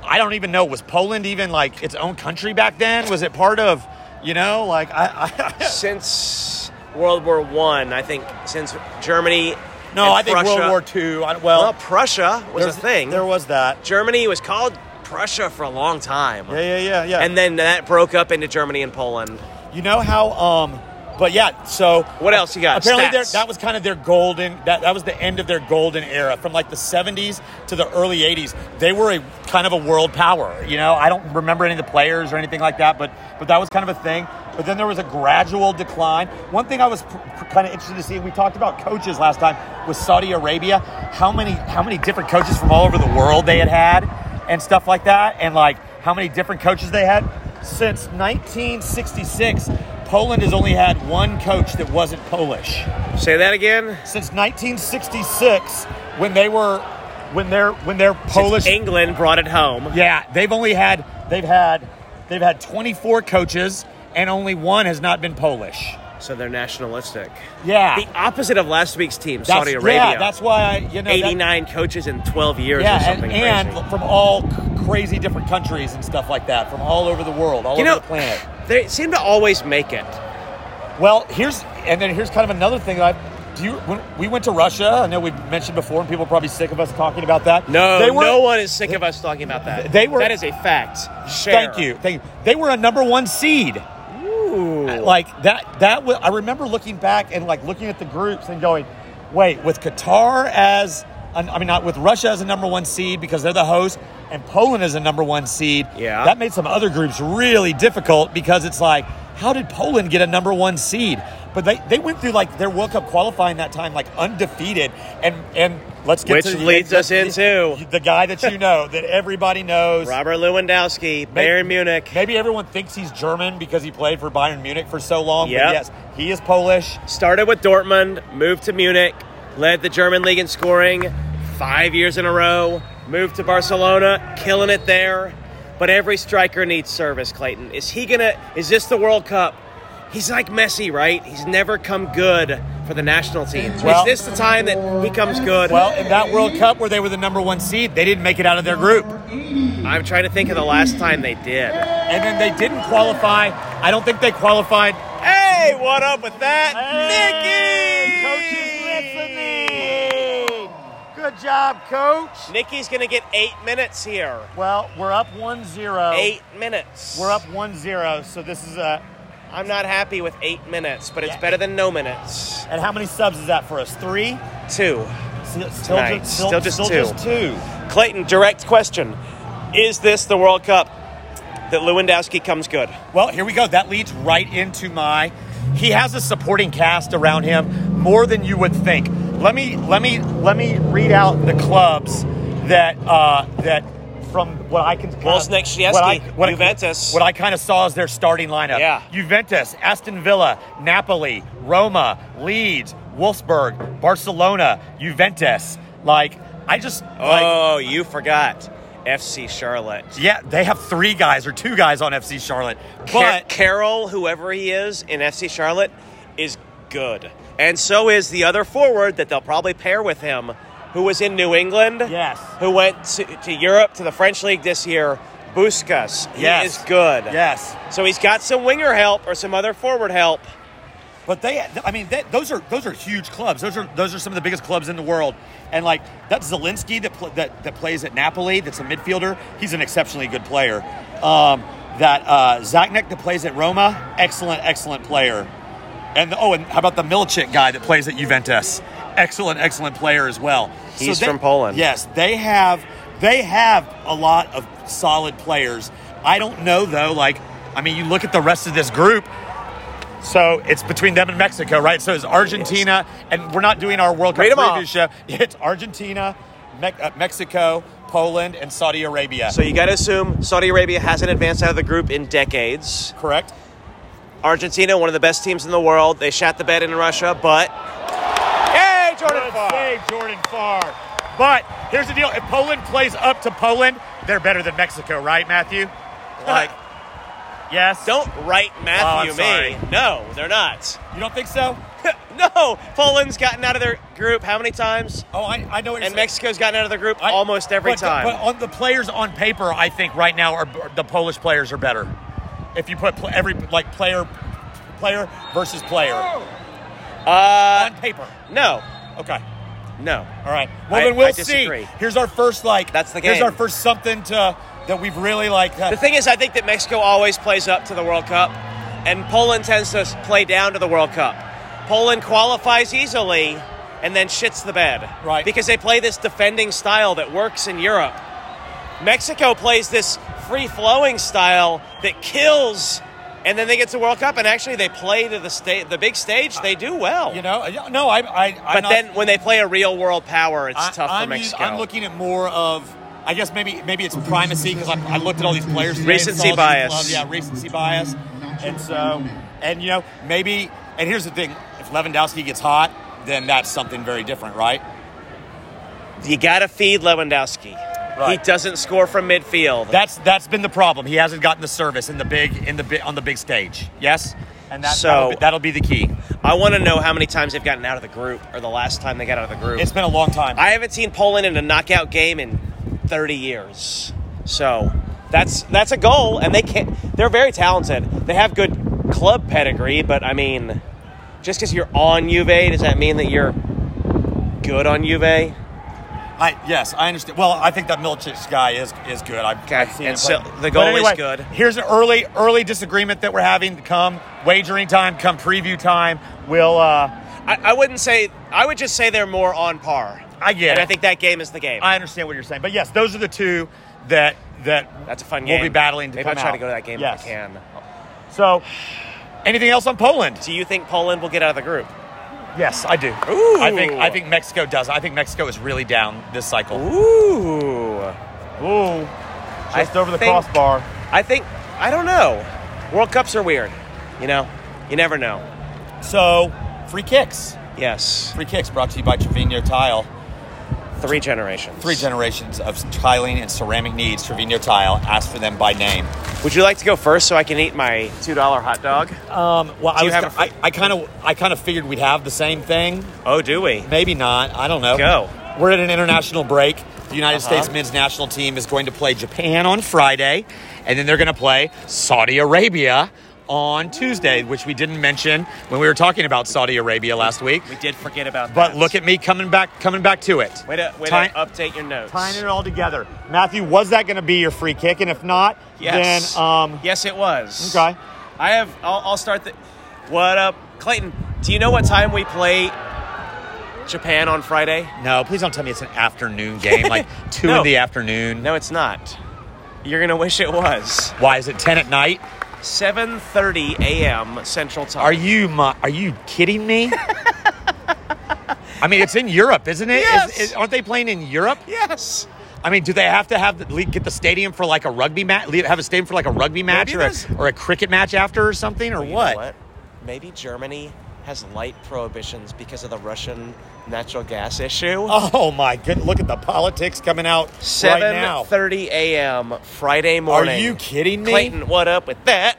I don't even know was Poland even like its own country back then? Was it part of, you know, like I, I Since World War One, I, think since Germany. No, and I think Prussia- World War II. I, Well, well, Prussia was a there's- thing. There was that. Germany was called Prussia for a long time. Yeah, yeah, yeah, yeah. And then that broke up into Germany and Poland. You know how, um, but yeah, so. What else you got? Apparently, their- Stats. that was kind of their golden, that, that was the end of their golden era. From like the 70s to the early 80s, they were a kind of a world power. You know, I don't remember any of the players or anything like that, but, but that was kind of a thing. But then there was a gradual decline. One thing I was pr- pr- kind of interested to see, we talked about coaches last time with Saudi Arabia, how many, how many different coaches from all over the world they had had and stuff like that, and like how many different coaches they had. Since 1966, Poland has only had one coach that wasn't Polish. Say that again. Since 1966, when they were, when they're, when they're Polish, Since England brought it home. yeah, they've only had, they've had, they've had 24 coaches, and only one has not been Polish. So they're nationalistic. Yeah, The opposite of last week's team, Ah. That's- Saudi Arabia. Yeah, that's why I, you know, that- 89 coaches in 12 years or yeah, something and, and crazy. from all c- crazy different countries and stuff like that, from all over the world, all you over know, the planet. they seem to always make it. Well, here's and then here's kind of another thing that I do. You, when we went to Russia. I know we mentioned before, and people are probably sick of us talking about that. No, they were, no one is sick of us talking about that. They were- That is a fact. Share. Thank you, thank you. They were a number one seed. Ooh. Like that. That was, I remember looking back and like looking at the groups and going, "Wait, with Qatar as an, I mean, not with Russia as a number one seed because they're the host, and Poland as a number one seed. Yeah. that made some other groups really difficult because it's like, how did Poland get a number one seed? But they, they went through like their World Cup qualifying that time like undefeated, and and let's get Which to the- leads us into- the guy that you know that everybody knows, Robert Lewandowski, May- Bayern Munich. Maybe everyone thinks he's German because he played for Bayern Munich for so long. Yep. But yes, he is Polish. Started with Dortmund, moved to Munich, led the German league in scoring five years in a row, moved to Barcelona, killing it there. But every striker needs service, Clayton. Is he gonna is this the World Cup? He's like Messi, right? He's never come good for the national team. is Well- this the time that he comes good? Well, in that World Cup where they were the number one seed, they didn't make it out of their group. I'm trying to think of the last time they did. And then they didn't qualify. I don't think they qualified. Hey, what up with that? Nikki! Good job, coach. Nikki's gonna get eight minutes here. Well, we're up 1 0. Eight minutes. We're up 1 0, so this is uh, a. I'm not happy with eight minutes, but it's Yeah. better than no minutes. And how many subs is that for us? Three? Two. Still, still, Tonight. just, Still just two. just two. Clayton, direct question. Is this the World Cup that Lewandowski comes good? Well, here we go. That leads right into my. He has a supporting cast around him more than you would think. Let me let me let me read out the clubs that uh, that from what I can. kind of- Wozniak, Szczeski, what I- what I- Juventus. What I kind of saw as their starting lineup. Yeah. Juventus, Aston Villa, Napoli, Roma, Leeds, Wolfsburg, Barcelona, Juventus. Like I just like oh, you forgot. FC Charlotte. yeah, they have three guys or two guys on FC Charlotte, Car- but. Carroll, whoever he is in FC Charlotte, is good. and so is the other forward that they'll probably pair with him, who was in New England. Yes. Who went to, to Europe to the French league this year. Busquets. He Yes. is good. Yes. So he's got some winger help or some other forward help. But they, I mean, they, those are those are huge clubs. Those are those are some of the biggest clubs in the world. And like that Zielinski that pl- that, that plays at Napoli, that's a midfielder. He's an exceptionally good player. Um, that uh, Zaknik that plays at Roma, excellent, excellent player. And oh, and how about the Milchik guy that plays at Juventus? Excellent, excellent player as well. He's from Poland. Yes, they have they have a lot of solid players. I don't know though. Like, I mean, you look at the rest of this group. So it's between them and Mexico, right? So it's Argentina, and we're not doing our World Cup Read 'em off. preview show. It's Argentina, Me- uh, Mexico, Poland, and Saudi Arabia. So you got to assume Saudi Arabia hasn't advanced out of the group in decades. correct? Argentina, one of the best teams in the world. They shot the bed in Russia, but yay, Jordan Good Farr. save, Jordan Farr. But here's the deal: if Poland plays up to Poland, they're better than Mexico, right, Matthew? Like, Yes. don't write Matthew Oh, I'm me. sorry. No, they're not. you don't think so? no, Poland's gotten out of their group how many times? Oh, I, I know. What you're And saying. Mexico's gotten out of their group I- almost every but the- time. but on the players on paper, I think right now are are- the Polish players are better. If you put pl- every like player, player versus player uh, on paper. no, Okay. no. All right. Well, I- then we'll I see. disagree. Here's our first like. That's the Here's game. our first something to that we've really like. The Uh, thing is, I think that Mexico always plays up to the World Cup, and Poland tends to play down to the World Cup. Poland qualifies easily and then shits the bed. Right. Because they play this defending style that works in Europe. Mexico plays this free flowing style that kills, and then they get to World Cup, and actually they play to the, sta- the big stage, they do well. you know. Uh, Yeah, No, I. I I'm but not- then when they play a real world power, it's I- tough I'm, for us- Mexico. I'm looking at more of. I guess maybe maybe it's primacy because I, I looked at all these players. today and Recency saw these bias. clubs. Yeah, recency bias. And so, and you know, maybe. And here's the thing: if Lewandowski gets hot, then that's something very different, right? you got to feed Lewandowski. Right. He doesn't score from midfield. That's that's been the problem. He hasn't gotten the service in the big in the bi- on the big stage. Yes, and that, So- that'll, be, that'll be the key. I want to know how many times they've gotten out of the group or the last time they got out of the group. It's been a long time. I haven't seen Poland in a knockout game in 30 years. So that's that's a goal and they can not they're very talented. They have good club pedigree, but I mean just cuz you're on Juve does that mean that you're good on Juve? I yes, I understand. Well, I think that Milicic guy is is good. I've, Okay, I've seen and him so play. the But goal is anyway, good. Here's an early early disagreement that we're having. Come wagering time, come preview time. We'll. Uh, I, I wouldn't say I would just say they're more on par. I get And it. I think that game is the game. I understand what you're saying, but yes, those are the two that that. that's a fun We'll game. be battling to Maybe come I'll try to out. go to that game Yes. if I can. So, anything else on Poland? Do you think Poland will get out of the group? Yes, I do. Ooh. I think I think Mexico does. I think Mexico is really down this cycle. Ooh. Ooh, I think- I think I don't know. World Cups are weird. You know, you never know. So, free kicks. Yes, Free kicks brought to you by Trevino Tile. three generations. Three generations of tiling and ceramic needs. Trevino Tile. Ask for them by name. Would you like to go first so I can eat my two dollar hot dog? Um, well, I you was. have a free- I, I kind of. I kind of figured we'd have the same thing. Oh, do we? Maybe not. I don't know. Go. We're at an international break. The United Uh-huh. States men's national team is going to play Japan on Friday, and then they're going to play Saudi Arabia on Tuesday, which we didn't mention when we were talking about Saudi Arabia last week. We did forget about that. But look at me coming back, coming back to it. way to way Tying- to update your notes. tying it all together. Matthew, was that going to be your free kick? And if not, Yes. then um, yes, it was. Okay. I have. I'll, I'll start the. What up, Clayton? Do you know what time we play Japan on Friday? no, please don't tell me it's an afternoon game, like two No. in the afternoon. No, it's not. You're gonna wish it was Why is it ten at night? 7:30 a.m. Central Time. Are you mu are you kidding me? I mean, it's in Europe, isn't it? Yes. is, aren't they playing in Europe? Yes. I mean, do they have to have the, le- get the stadium for like a rugby match? Have a stadium for like a rugby match or a, there's- or a cricket match after or something or You know what? Maybe Germany has light prohibitions because of the Russian natural gas issue. Oh my goodness! Look at the politics coming out right now. 7:30 a.m. Friday morning. you kidding me? Clayton, what up with that?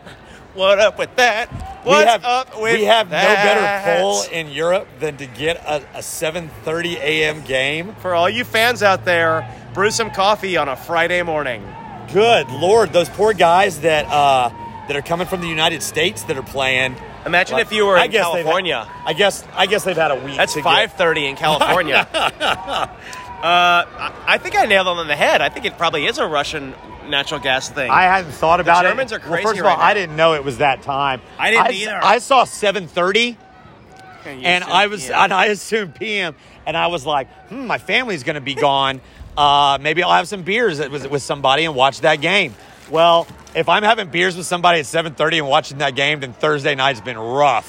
What up with that? What's we have, up with we have that? no better pull in Europe than to get a, a 7:30 a.m. game. For all you fans out there, brew some coffee on a Friday morning. Good lord, those poor guys that uh, that are coming from the United States that are playing. Imagine Like, if you were in guess they've had- California. I guess I guess they've had a week. That's to get- five thirty in California. uh, I, I think I nailed it on the head. I think it probably is a Russian natural gas thing. I hadn't thought about it. Germans are Well, first crazy of all, right now. I didn't know it was that time. I didn't s- either. I saw 7:30, Okay, you and assume- I was yeah. and I assumed PM, and I was like, hmm, my family's going to be gone. Uh, maybe I'll have some beers with, with somebody and watch that game. Well, if I'm having beers with somebody at 7:30 and watching that game, then Thursday night's been rough.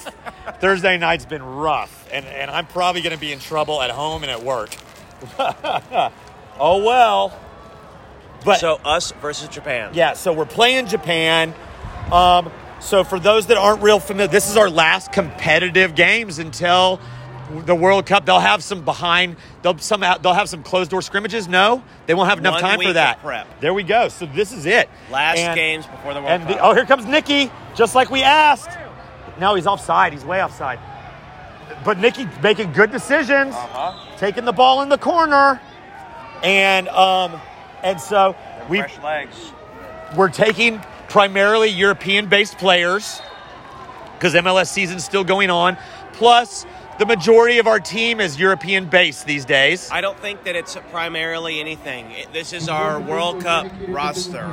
Thursday night's been rough, and and I'm probably going to be in trouble at home and at work. oh well. But so us versus Japan. yeah, so we're playing Japan. Um, so for those that aren't real familiar, this is our last competitive games until the World Cup. They'll have some behind. They'll somehow they'll have some closed door scrimmages. No, they won't have enough One time week for of that. prep. There we go. So this is it. Last And- games before the World And Cup. the, oh, here comes Nikki, just like we asked. No, he's offside. He's way offside. But Nikki making good decisions, taking the ball in the corner, and um, and so we Fresh legs. we're taking primarily European-based players because MLS season's still going on. Plus, the majority of our team is European-based these days. I don't think that it's primarily anything. It- this is our World Cup roster.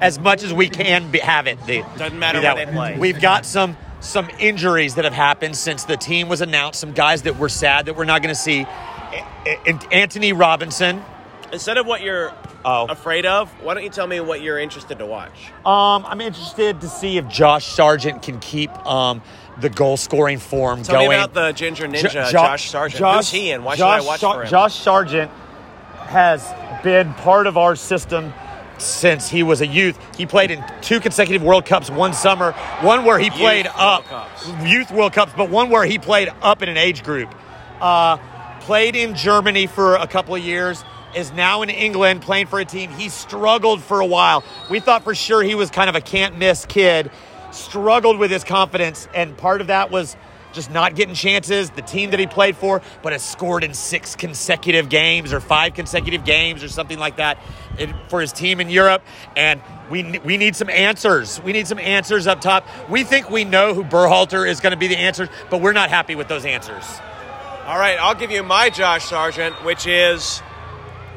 As much as we can be, have it. The, Doesn't matter be that where they way. play. We've got some some injuries that have happened since the team was announced. Some guys that we're sad that we're not going to see. A- A- Anthony Robinson. Instead of what you're Oh. afraid of, why don't you tell me what you're interested to watch? Um, I'm interested to see if Josh Sargent can keep um, the goal-scoring form Tell going. me about the Ginger Ninja, Jo- Jo- Josh Sargent. Josh- Who's he and why Josh should I watch Sar- for him? Josh Sargent has been part of our system since he was a youth. He played in two consecutive World Cups one summer, one where he played World up, Cups. youth World Cups, but one where he played up in an age group. Uh, played in Germany for a couple of years. Is now in England playing for a team. He struggled for a while. We thought for sure he was kind of a can't miss kid. Struggled with his confidence, and part of that was just not getting chances. The team that he played for, but has scored in six consecutive games or five consecutive games or something like that in- for his team in Europe. And we ne- we need some answers. We need some answers up top. We think we know who Burhalter is going to be the answers, but we're not happy with those answers. All right, I'll give you my Josh Sargent, which is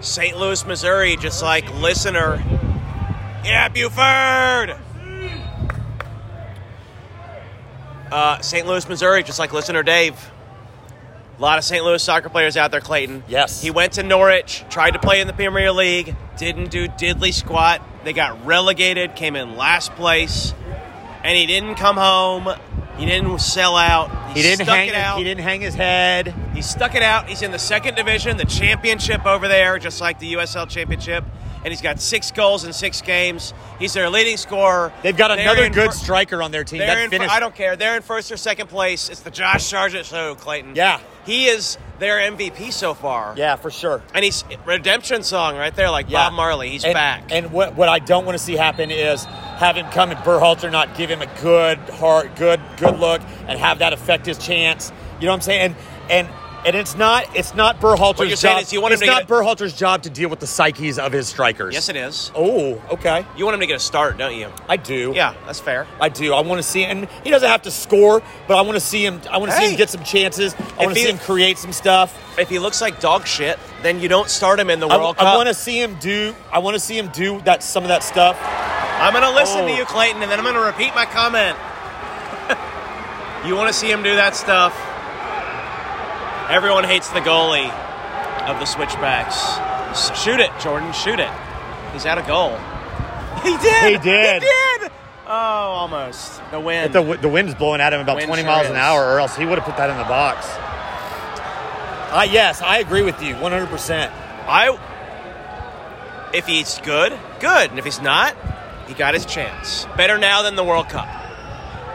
St. Louis, Missouri, just like listener. Yeah, Buford! Uh, St. Louis, Missouri, just like listener Dave. A lot of St. Louis soccer players out there, Clayton. Yes. He went to Norwich, tried to play in the Premier League, didn't do diddly squat. They got relegated, came in last place, and he didn't come home. He didn't sell out. He didn't stuck hang. it out. He didn't hang his head. He stuck it out. He's in the second division, the championship over there, just like the USL championship. And he's got six goals in six games. He's their leading scorer. They've got They're another in good fir- striker on their team. They're in That fir- finished. I don't care. They're in first or second place. It's the Josh Sargent show, Clayton. Yeah. He is their MVP so far. yeah, for sure. And he's redemption song right there, like Yeah. Bob Marley. He's and, back. And what, what I don't want to see happen is have him come and Burhalter not give him a good heart, good good look, and have that affect his chance. You know what I'm saying? And and it's not it's not What you're Burhalter's saying job. is you want him it's to not get- Burhalter's job to deal with the psyches of his strikers. yes, it is. Oh, okay. You want him to get a start, don't you? I do. Yeah, that's fair. I do. I want to see, and he doesn't have to score, but I want to see him. I want to see Hey. him get some chances. I want to he- see him create some stuff. If he looks like dog shit, then you don't start him in the I, World Cup. I want to see him do. I want to see him do that. Some of that stuff. I'm going to listen to Oh. you, Clayton, and then I'm going to repeat my comment. you want to see him do that stuff? Everyone hates the goalie of the switchbacks. S- Shoot it, Jordan. Shoot it. He's out of goal. He did. He did. He did. Oh, almost. The win. The, the wind is blowing at him about Wind 20 sure miles an is. hour, or else he would have put that in the box. Uh, yes, I agree with you 100%. I. If he's good, good. And if he's not, he got his chance. Better now than the World Cup.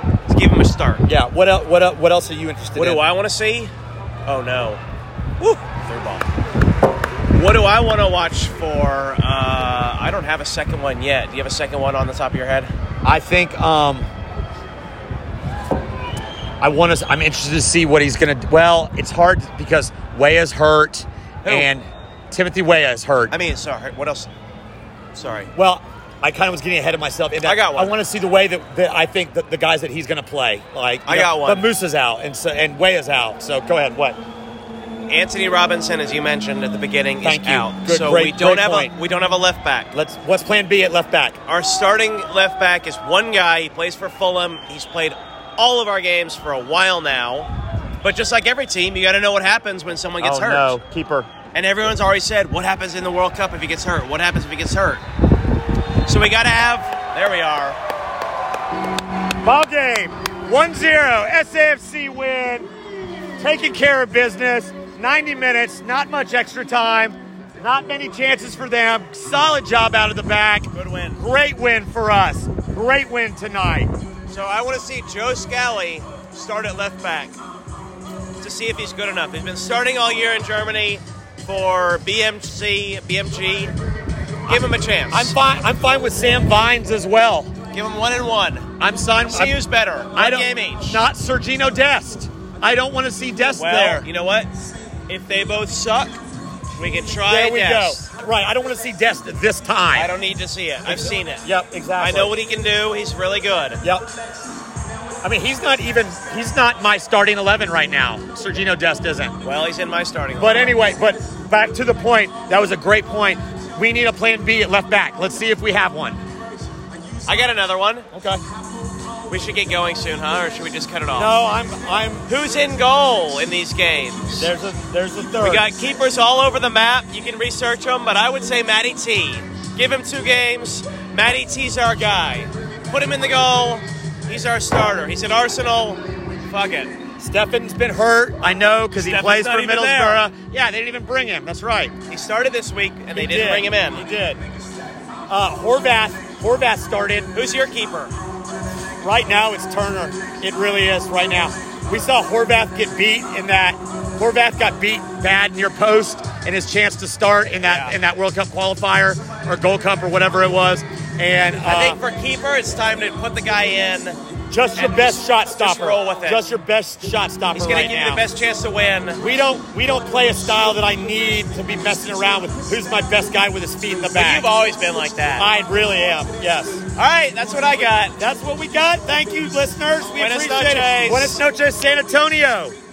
Let's give him a start. Yeah, what, el- what, el- what else are you interested What in? do I want to see? Oh no. Woo! Third ball. What do I want to watch for? Uh, I don't have a second one yet. Do you have a second one on the top of your head? um, I think um, I want us. I'm interested to see what he's going to. Well, it's hard because Wea's hurt, and Timothy Wea is hurt. I mean, sorry. What else? Sorry. Well, I kind of was getting ahead of myself. In that I got one. I want to see the way that, that I think that the guys that he's going to play. Like you I got one. But Moose is out, and so and Way is out. So go ahead. What? Anthony Robinson, as you mentioned at the beginning, Thank is you. out. Good- so great- we don't great have point. a we don't have a left back. Let's what's Plan B at left back? Our starting left back is one guy. He plays for Fulham. He's played all of our games for a while now. But just like every team, you got to know what happens when someone gets oh hurt. no, keeper. And everyone's already said, what happens in the World Cup if he gets hurt? What happens if he gets hurt? So we got to have. There we are. Ball game 1 0. SAFC win. Taking care of business. 90 minutes. Not much extra time. Not many chances for them. Solid job out of the back. Good win. Great win for us. Great win tonight. So I want to see Joe Scally start at left back to see if he's good enough. He's been starting all year in Germany for BMC, BMG. Give him a chance. I'm fine. I'm fine with Sam Vines as well. Give him one and one. I'm signed. See who's better. One I don't. game each. Not Sergino Dest. I don't want to see Dest well, there. you know what? If they both suck, we can try. there we Dest. go. Right. I don't want to see Dest this time. I don't need to see it. I've seen it. Yep. Exactly. I know what he can do. He's really good. Yep. I mean, he's not even. He's not my starting eleven right now. Sergino Dest isn't. Well, he's in my starting. But lineup. anyway, but back to the point. That was a great point. We need a plan B at left back. Let's see if we have one. I got another one. Okay. We should get going soon, huh? Or should we just cut it off? No, I'm. I'm. Who's in goal in these games? There's a. There's a third. We got keepers all over the map. You can research them, but I would say Matty T. Give him two games. Matty T's our guy. Put him in the goal. He's our starter. He's at Arsenal. Fuck it. Stefan's been hurt. I know because he Stefan's plays not for even Middlesbrough. Yeah, they didn't even bring him. That's right. He started this week, and they He didn't did. bring him He in. did. Uh, Horvath. Horvath started. Who's your keeper? Right now, it's Turner. It really is right now. We saw Horvath get beat in that. Horvath got beat bad near post, and his chance to start in that Yeah. in that World Cup qualifier or Gold Cup or whatever it was. And uh, I think for keeper, it's time to put the guy in. just your and best just- shot just stopper. roll with it. Just your best shot stopper He's going right to give you now. the best chance to win. We don't we don't play a style that I need to be messing around with. Who's my best guy with his feet in the But back? you've always been like that. I really am. Yes. All right, that's what I got. That's what we got. Thank you, listeners. We Buenas appreciate noches. it. Buenas noches, San Antonio.